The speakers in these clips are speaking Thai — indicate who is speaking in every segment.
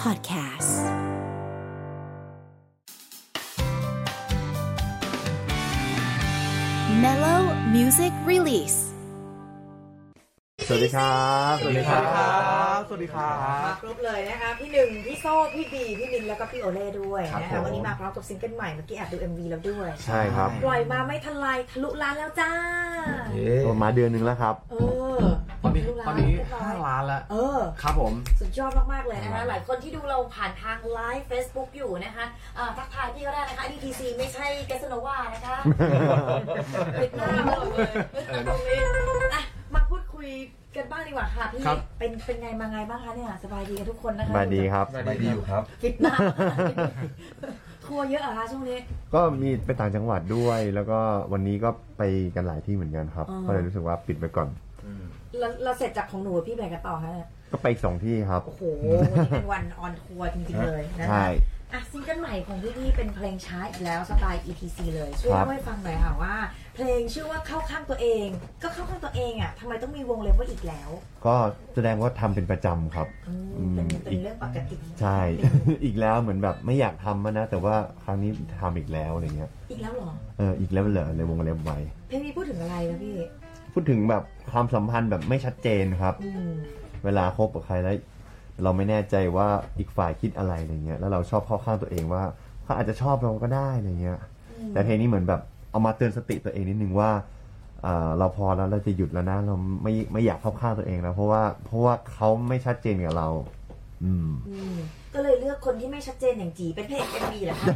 Speaker 1: Podcast Mellow Music Release
Speaker 2: สวัสดีครับ สวัสดีครับ สวัสดีครับ
Speaker 3: ครบเลยนะคะพี่หนึ่งพี่โซ่พี่บีพี่มินแล้วก็พี่โอเล่ด้วย
Speaker 2: ครับ
Speaker 3: นะ
Speaker 2: ผ
Speaker 3: คะ
Speaker 2: ม
Speaker 3: วันนี้มาพร้อมกับซิงเกิลใหม่เมื่อกี้แอบดู MV แล้วด้วย
Speaker 2: ใช่ครับ
Speaker 3: ปล่อยมาไม่ทันไรทะลุล้านแล้วจ้า
Speaker 2: ประมาณเดือนหนึ่งแล้วครับ
Speaker 3: เออ
Speaker 4: ตอนนี้
Speaker 3: ทะลุล้า
Speaker 4: ตอนนี้
Speaker 3: เรียบร้อย
Speaker 4: 5ล้านแล้ว
Speaker 3: เออ
Speaker 4: ครับผม
Speaker 3: สุดยอดมาก ๆ เลยนะคะ หลายคนที่ดูเราผ่านทางไลฟ์ Facebook อยู่นะคะอ่าทักทายพี่ก็ได้นะคะ DTC ไม่ใช่แกสโนวา นะคะปิดหน้าเราเลยตรงนี้อ่ะมาพูดคุยกันบ้างดีกว่าค่ะพี่
Speaker 4: ครับ
Speaker 3: เป็นเป็นไงมาไงบ้างคะเนี่ยสบายดีกันทุกคนนะคะ
Speaker 2: สบายดีครับ
Speaker 5: สบายดีอยู่ครับ
Speaker 3: ปิดหน้า ทัวร์เยอะเหรอคะช่วงนี้
Speaker 2: ก็มีไปต่างจังหวัดด้วย แล้วก็วันนี้ก็ไปกันหลายที่เหมือนกันครับ
Speaker 3: อ๋อ
Speaker 2: ก็เลยรู้สึกว่าปิดไปก่อน
Speaker 3: เราเราเสร็จจากของหนูพี่แบ่งกันต่อฮะ
Speaker 2: ก็ไปอีกสองที่ครับ
Speaker 3: โอ้โห วันนี้เป็นวันออนทัวร์จริงๆเลยนะคะ
Speaker 2: ใช่
Speaker 3: อ่ะซิงเกิลใหม่ของพี่พี่เป็นเพลงช้าอีกแล้วสไตล์ ETC เลยช่วย
Speaker 2: ครับ
Speaker 3: เล่าให้ฟังหน่อยค่ะว่า เพลงชื่อว่าเข้าข้างตัวเอง ก็เข้าข้างตัวเองอ่ะทำไมต้องมีวงเล็บว่าอีกแล้ว
Speaker 2: ก็แสดงว่าทำเป็นประจำครับ
Speaker 3: อืมเป็นเป็นเรื่องปกติ
Speaker 2: ใช่ อีกแล้วเหมือนแบบไม่อยากทำอะนะ แต่ว่าครั้งนี้ทำอีกแล้วอะไรเงี้ย
Speaker 3: อีกแล้วเหรอ
Speaker 2: เออ อีกแล้วเหรอในวงเล็บไว้
Speaker 3: เพลงนี้พูดถึงอะไรนะพี่
Speaker 2: พูดถึงแบบความสัมพันธ์แบบไม่ชัดเจนครับ
Speaker 3: อืม
Speaker 2: เวลาคบกับใครแล้วเราไม่แน่ใจว่าอีกฝ่ายคิดอะไรอะไรเงี้ยแล้วเราชอบเข้าข้างตัวเองว่าเขาอาจจะชอบเราก็ได้อะไรเงี้ย แต่เพลงนี้เหมือนแบบเอามาเตือนสติตัวเองนิดนึงว่าเอ่อเราพอแล้วเราจะหยุดแล้วนะเราไม่ไม่อยากเข้าข้างตัวเองแล้วเพราะว่าเพราะว่าเขาไม่ชัดเจนกับเรา อืม
Speaker 3: อืมก็เลยเลือกคนที่ไม่ชัดเจนอย่างจีเป็นเพลงเอ็มวีเหรอคะ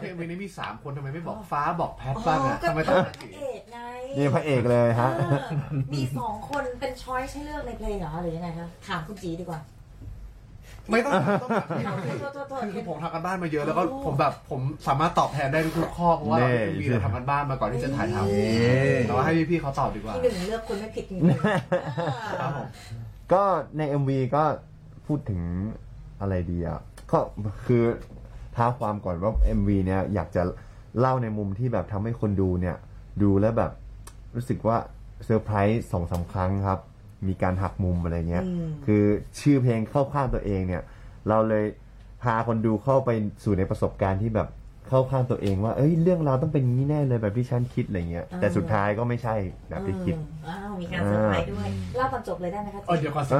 Speaker 4: เพลงนี้มี 3 คนทำไมไม่บอกฟ้าบอกแพทบ้างอะ
Speaker 3: ก็
Speaker 4: ทำไม
Speaker 3: เป็
Speaker 4: ต้อง
Speaker 3: นพระเอกไง
Speaker 2: นี่พระเอกเลยฮะ
Speaker 3: เออมีสองคนเป็นช้อยให้เลือกในเพลงเหรอหรือยังไงคะถามคุณจีดีกว่า
Speaker 4: ไม่ต้อง ต้องถาม
Speaker 3: ถามคุ
Speaker 4: พี่เขา
Speaker 3: ณ
Speaker 4: สิ
Speaker 3: โทษโทษโทษ
Speaker 4: คือผมทำกันบ้านมาเยอะแล้วก็ผมแบบผมสามารถตอบแทนได้ทุกข้อเพราะว่า
Speaker 2: แน่
Speaker 4: เราเป็นวีเราทำกันบ้านมาก่อนที่จะถ่ายทำแต่ว่าให้พี่ๆเขาตอบดีกว่า
Speaker 3: ที่หนึ่งเลือกคุณไม่ผิดจริง
Speaker 4: ครับผม
Speaker 2: ก็ใน MV ก็พูดถึงอะไรดีอ่ะก็คือท้าความก่อนว่า MV เนี่ยอยากจะเล่าในมุมที่แบบทำให้คนดูเนี่ย ดูแล้วแบบรู้สึกว่าเซอร์ไพรส์สองสามครั้งครับ มีการหักมุมอะไรเงี้ย คือชื่อเพลงเข้าข้างตัวเองเนี่ย เราเลยพาคนดูเข้าไปสู่ในประสบการณ์ที่แบบเข้าข้างตัวเองว่าเอ้ยเรื่องราวต้องเป็นงี้แน่เลยแบบที่ฉันคิดอะไรเงี้ย แต่สุดท้ายก็ไม่ใช่แบบที่คิด
Speaker 3: ๆอ้าวมีการเซอร์ไพรส์ด้วยเล่าตอนจบเลยได้ไหมคะ
Speaker 4: เออเดี๋ยว ก่อนสิ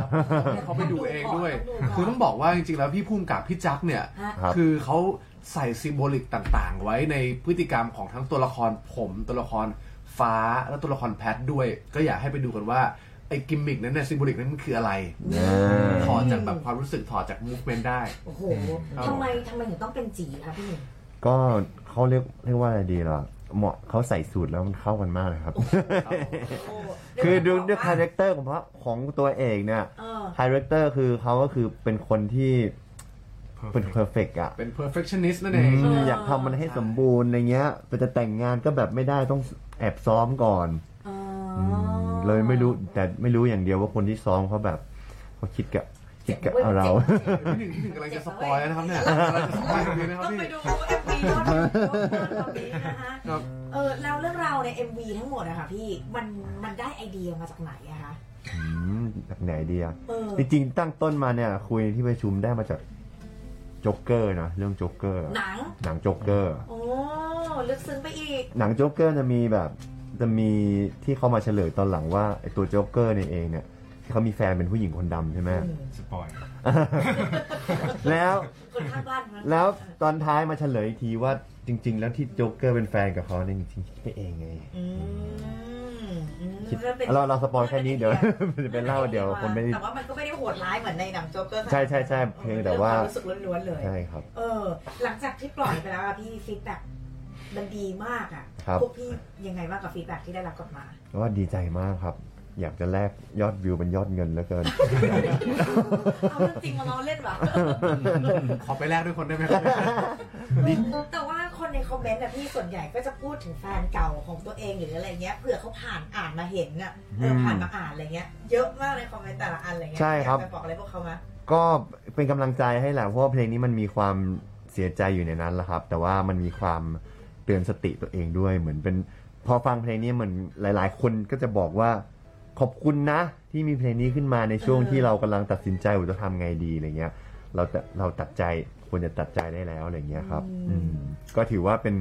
Speaker 4: เขาไปดูเองด้วย คือต้องบอกว่าจริงๆแล้วพี่พุ่มกับพี่จักเนี่ย
Speaker 3: ฮะ
Speaker 2: ครับ
Speaker 4: คือเขาใส่ซิมโบลิกต่างๆ ไว้ในพฤติกรรมของทั้งตัวละครผมตัวละครฟ้าและตัวละครแพทด้วย ก็อยากให้ไปดูกันว่าไอ้กิมมิกนั้นเนี่ยซิมโบลิกนั้นมันคืออะไร
Speaker 2: อ่า
Speaker 4: ถอดจากแบบความรู้สึกถอดจากมูฟเมนต์ได้
Speaker 3: โอ้โหทำไมทำไมถึงต้องเป็นจีคะพี่หนึ่ง
Speaker 2: ก็เขาเรียกเรียกว่าอะไรดีล่ะเหมาะเขาใส่สูตรแล้วมันเข้ากันมากเลยครับ
Speaker 3: โอ้
Speaker 2: คือดูด้วยคาแรคเตอร์ของพระของตัวเอกเนี่ย
Speaker 3: เออ
Speaker 2: คาแรคเตอร์คือเขาก็คือเป็นคนที่เป็นเพอร์เฟกอะ
Speaker 4: เป็น perfectionist นั่น
Speaker 2: อื
Speaker 4: เอง
Speaker 2: มอยากทำมันให้สมบูรณ์อะไรเงี้ยแต่จะแต่งงานก็แบบไม่ได้ต้องแอบซ้อมก่อน
Speaker 3: เออ
Speaker 2: มเลยไม่รู้แต่ไม่รู้อย่างเดียวว่าคนที่ซ้อมเขาแบบเขาคิดกับคิดกับเอาเรา
Speaker 4: พี่หนึ่งพี่หนึ่งกำลังจะสปอยแล้วนะครับเนี่ยกำลังจะสปอยตรงนี้นะครั
Speaker 3: ต้อง
Speaker 4: บพี่
Speaker 3: ไปดูเอ็มวีด้วยตอนนี้นะคะ
Speaker 4: ครับ
Speaker 3: เออแล้วเรื่องราวใน MV ทั้งหมดอะค่ะพี่มันมันได้ไอเดียมาจากไหนอะคะ
Speaker 2: อืมจากไหนดีอะ
Speaker 3: เออ
Speaker 2: จริงๆตั้งต้นมาเนี่ย คุยที่ประชุมได้มาจากโจ๊กเกอร์นะเรื่องโจ๊กเกอร์
Speaker 3: หนัง
Speaker 2: หนังโจ๊กเกอร์
Speaker 3: โอ้ลึกซึ้งไปอีก
Speaker 2: หนังโจ๊กเกอร์จะมีแบบจะมีที่เขามาเฉลยตอนหลังว่าไอตัวโจ๊กเกอร์เนี่ยเองเนี่ยเขามีแฟนเป็นผู้หญิงคนดำใช่ไหม
Speaker 5: สปอย
Speaker 2: แล้ว
Speaker 3: คนข้างบ้านนะ
Speaker 2: แล้วตอนท้ายมาเฉลยอีกทีว่าจริง ๆ แล้วที่โจ๊กเกอร์เป็นแฟนกับเขาเนี่ยจริงๆคิดไปเองไง
Speaker 3: อืมอืม
Speaker 2: คิด
Speaker 3: มันป็น
Speaker 2: เราเราสปอยแค่นี้เดี๋ยวไปเล่าเดี๋ยวคนไม่ได้
Speaker 3: แต่ว่ามันก็ไม่ได้โหดร้ายเหมือนในหนังโจ๊กเกอร์
Speaker 2: ใช่ใช่ใช่เพียงแต่ว่า
Speaker 3: เรื่องคมรู้สึกล้วนๆเลย
Speaker 2: ใช่ครับ
Speaker 3: เออ หลังจากที่ปล่อยไปแล้วอะพี่ฟีดแบ็กมันดีมากอะ
Speaker 2: ครับ
Speaker 3: พวกพี่ยังไงบ้างกับฟีดแบ็กที่ได้รับกลับมา
Speaker 2: แล้วก็ดีใจมากครับ อยากจะแลกยอดวิวเป็นยอดเงินเหลือเกิน
Speaker 3: เอาเรื่องจริงมาล้อเล่นหรอ
Speaker 4: ขอไปแลกด้วยคนได้ไหมครับ
Speaker 3: แต่ว่าคนในคอมเมนต์นะพี่ส่วนใหญ่ก็จะพูดถึงแฟนเก่าของตัวเองหรืออะไรเงี้ยเผื่อเขาผ่านอ่านมาเห็นน่ะเออ
Speaker 2: อืม
Speaker 3: ผ่านมาอ่านอะไรเงี้ยเยอะมากในคอมเมนต์แต่ละอันอะไรเงี้ย
Speaker 2: ใช่ครับ
Speaker 3: อยากจะบอกอะไรพวกเขามา
Speaker 2: ก็เป็นกำลังใจให้แหละเพราะว่าเพลงนี้มันมีความเสียใจอยู่ในนั้นแหละครับ แต่ว่ามันมีความเตือนสติตัวเองด้วย เหมือนเป็นพอฟังเพลงนี้เหมือนหลาย ๆ คนก็จะบอกว่าขอบคุณนะ ที่มีเพลงนี้ขึ้นมาในช่วงที่เรากำลังตัดสินใจว่าจะทำไงดีอะไรเงี้ย เราจะเราตัดใจควรจะตัดใจได้แล้วอะไรเงี้ยครับ อืมก็ถือว่าเป็น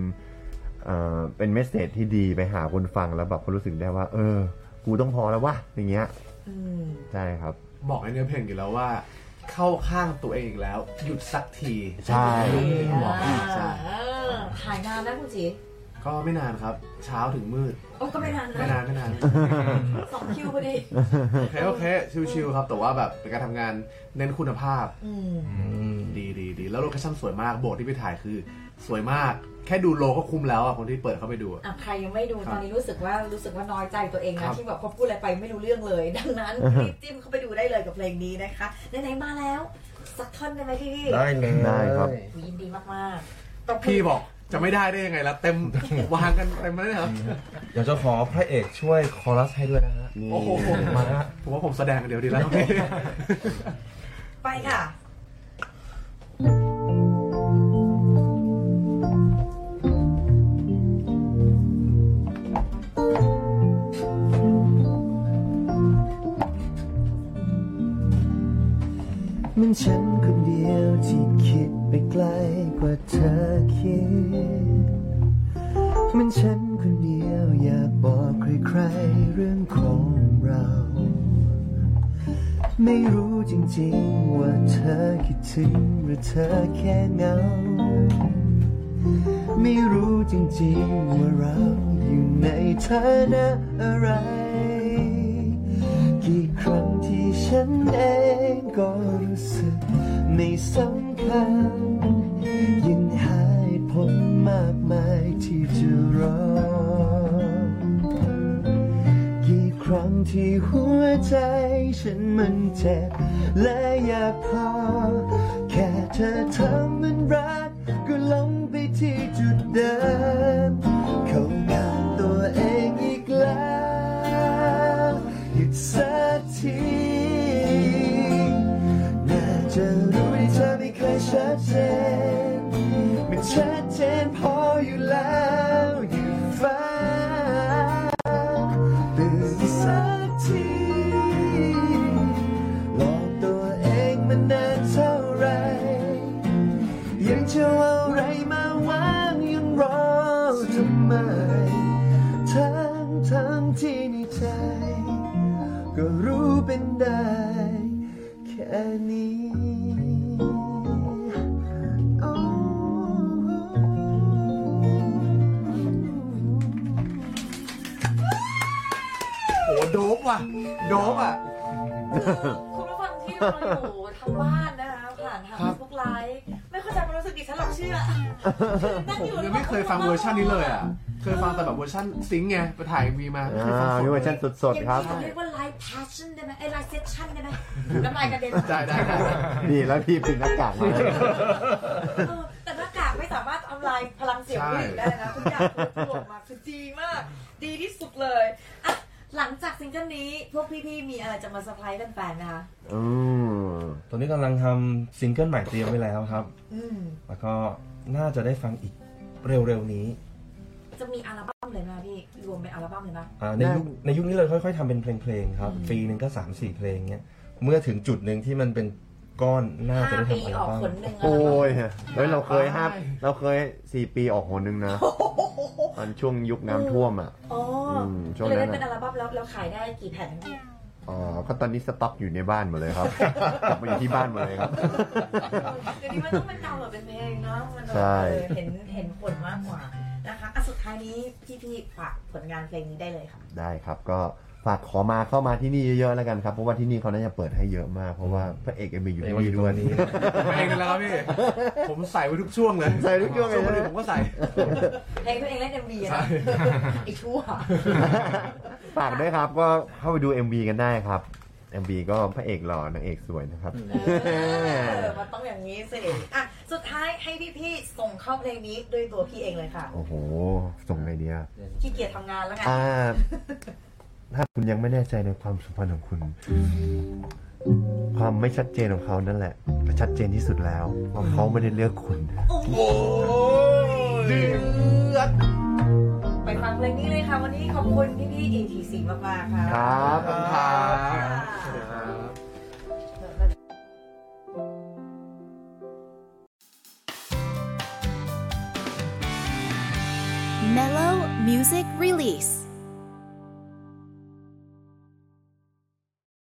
Speaker 2: เอ่อเป็นเมสเซจที่ดีไปหาคนฟังแล้วแบบคนรู้สึกได้ว่า เออ กูต้องพอแล้ววะอย่างเงี้ย
Speaker 3: อืม
Speaker 2: ใช่ครับ
Speaker 4: บอกในเนื้อเพลงอยู่แล้วว่า เข้าข้างตัวเองอีกแล้ว หยุดสักที
Speaker 2: ใช่
Speaker 4: บอกใช่
Speaker 3: เออถ่ายนานนะคุณจี
Speaker 4: ก็ไม่นานครับ เช้าถึงมืด
Speaker 3: โอ้ก็ไม่นาน
Speaker 4: ไม่
Speaker 3: นะ
Speaker 4: นานไม่นาน
Speaker 3: สองคิวพอดี
Speaker 4: โอเค โอเค ชิวๆครับ แต่ว่าแบบเป็นการทำงานเน้นคุณภาพ
Speaker 3: อืม
Speaker 4: ดีดีดีแล้วโลเคชั่นสวยมากโบสถ์ที่ไปถ่ายคือ สวยมาก แค่ดูโลก็คุ้มแล้วอ่ะ คนที่เปิดเข้าไปดูอะ
Speaker 3: อ่ะใครยังไม่ดู
Speaker 4: ครับ
Speaker 3: ตอนนี้รู้สึกว่ารู้สึกว่าน้อยใจตัวเอง
Speaker 4: ครั
Speaker 3: นะ
Speaker 4: บ
Speaker 3: ที่แบบพอพูดอะไรไปไม่รู้เรื่องเลย ดังนั้นรีบจิ้มเข้าไปดูได้เลยกับเพลงนี้นะคะไหนๆมาแล้ว สักท่อนได้ไหมพี่
Speaker 5: ได้เลย
Speaker 2: ได้ครับ
Speaker 3: อุ๊ยยินดีมากๆตบมื
Speaker 4: พี่บอกจะไม่ได้ได้ยังไงล่ะ เต็ม วางกันเต็มเลยครับ
Speaker 5: เดี๋ยวจะขอพระเอกช่วยคอรัสให้ด้วยนะฮะ
Speaker 4: โอ้โห
Speaker 5: มาฮะ
Speaker 4: ผมว่าผมแสดงเดี๋ยวดีแล้ว
Speaker 3: ไปค่ะ
Speaker 6: มันฉันคนเดียวที่คิดไปไกลกว่าเธอคิด มันฉันคนเดียวอยากบอกใครๆเรื่องของเรา ไม่รู้จริงๆว่าเธอคิดถึงหรือเธอแค่เหงา ไม่รู้จริงๆว่าเราอยู่ในฐานะอะไร กี่ครั้งที่ฉันเองก็รู้สึกไม่สำคัญยิ่งหายผลมากมายที่จะรอ กี่ครั้งที่หัวใจฉันมันเจ็บและอยากพอ แค่เธอทำมันรักก็ลงไปที่จุดเดิม เข้าข้างตัวเองอีกแล้วหยุดสักที น่าจะรู้ที่เธอไม่เคยชัดเจนมันชัดเจนพออยู่แล้วอยู่ฟ้า ตื่นสักทีหลอกตัวเองมันนานเท่าไหรยังจะเอาอะไรมาวางยังรอทำไม ทั้งทั้งที่ในใจ ก็รู้เป็นได้แค่นี้ Oh,
Speaker 4: โอ้โหโดบว่ะ โดบอ่ะ
Speaker 3: คุณผู้ฟังที่เราอยู่ทางบ้านนะคะผ่านทาง
Speaker 4: ครับ
Speaker 3: พวกไลฟ์ไม่เข้าใจความรู้สึกดิฉันหรอกเชื่อ นั่
Speaker 4: ผม
Speaker 3: แล้
Speaker 4: ยั
Speaker 3: ว
Speaker 4: งไม่เคยฟังเวอร์ชันนี้เลยอ่ะ เคยฟังแต่แบบเวอร์ชันซิงค์ไง ไปถ่ายมีมาไม่
Speaker 2: อ่
Speaker 4: เคยฟัง
Speaker 2: า
Speaker 4: สด
Speaker 2: นี่เวอร์ชันสด
Speaker 3: อย่าง
Speaker 2: ๆครับ
Speaker 3: นี้เขาเรียกว่าไลฟ์แพชชั่นได้ไหมไอ้ไลฟ์เซสชั่นได้ไหมน้ำลายกระเด็น
Speaker 4: ได้ได้ได้
Speaker 2: ดีแล้วพี่ปิดหน้ากากมา
Speaker 3: เออแต่หน้ากากไม่สามารถทำลายพลังเสียงผู้หญิงได้นะทุกอย่างถูกลงมาคือดีมาก ดีที่สุดเลยอ่ะหลังจากซิงเกิลนี้ พวกพี่ๆมีอะไรจะมาเซอร์ไพรส์แฟนๆนะคะ
Speaker 2: อืม
Speaker 5: ตอนนี้กำลังทำซิงเกิลใหม่เตรียมไว้แล้วครับ
Speaker 3: อืม
Speaker 5: แล้วก็น่าจะได้ฟังอีกเร็วๆนี้
Speaker 3: จะมีอัลบั้มเลยไหมพี่ รวมเป็นอัลบั้มเลยไหม
Speaker 5: อ่าในยุคในยุคนี้เลยค่อยๆทำเป็นเพลงๆครับปีหนึ่งก็สามสี่เพลงเงี้ยเมื่อถึงจุดหนึ่งที่มันเป็นก้อนน่าจะ
Speaker 3: ห้า
Speaker 5: ได้
Speaker 3: ปี
Speaker 5: ทำอัล
Speaker 3: ออก
Speaker 5: บั้ม
Speaker 3: ผลหนึ่งอัล
Speaker 2: โอ้
Speaker 3: บั้ม
Speaker 2: ยเฮ้ยเราเคยห้า
Speaker 4: ไป
Speaker 2: เราเคยสี่ปีออกหนหนึ่งนะตอนช่วงยุคน้ำท่วมอ่ะ
Speaker 3: อ๋ออ
Speaker 2: มช่วง
Speaker 3: เลย
Speaker 2: นั้นน่ะ
Speaker 3: ได้เป็นอัลบั้มแล้วแล้วขายได้กี่แผ่น
Speaker 2: อ๋อก็ตอนนี้สต็อกอยู่ในบ้านหมดเลยครับ กลับมาอยู่ที่บ้านหมดเลยครับ
Speaker 3: เดี๋ยวนี้มันต้องเป็นดาวน์โหลดเป็นเพลงเนาะมัน
Speaker 2: ใช่
Speaker 3: เออเห็นเห็นผลมากกว่านะคะอ่ะสุดท้ายนี้พี่ๆฝากผลงานเพลงนี้ได้เลยค่ะ
Speaker 2: ได้ครับก็ฝากขอมาเข้ามาที่นี่เยอะๆแล้วกันครับเพราะว่าที่นี่เขาน่าจะเปิดให้เยอะมากเพราะว่าพระเอกเอ็มบีอยู่
Speaker 5: เรีย
Speaker 2: ที่
Speaker 5: กว่าอ
Speaker 2: นี่
Speaker 5: ยู่ตร
Speaker 2: ด้วย
Speaker 5: ง นี้
Speaker 4: เองกันแล้วครับพี่ ผมใส่ไว้ทุกช่วงเลย
Speaker 2: ใส่ทุกช่วงเลย
Speaker 4: ช่วง
Speaker 2: นะ
Speaker 4: นอื่นผมก็ใส่
Speaker 3: เพลงตัวเองเล่นเอ็มวี
Speaker 4: ใช่
Speaker 3: นะไอ้ชั่ว
Speaker 2: ฝากด้วยครับก็เข้าไปดู MV กันได้ครับ MV ก็พระเอกหล่อนางเอกสวยนะครับ
Speaker 3: เออมันต้องอย่างนี้สิ อ่ะ สุดท้ายให้พี่ๆ ส่งเข้าเพลงนี้ด้วยตัวพี่เองเลยค่ะ
Speaker 2: โอ้โห ส่งไอเดีย
Speaker 3: ขี้เกียจทำงานแล้วไง
Speaker 2: อ่า ถ้าคุณยังไม่แน่ใจในความสัมพันธ์ของคุณ ความไม่ชัดเจนของเขานั่นแหละชัดเจนที่สุดแล้วว่าเขาไม่ได้เลือกคุณ
Speaker 3: ไปฟังเพลงนี้เลยค่ะ วันนี้ขอบคุณพี่ๆ ETC มากๆค่ะ
Speaker 2: ครับขอบคุณครับ
Speaker 4: ครับ
Speaker 1: mellow music release.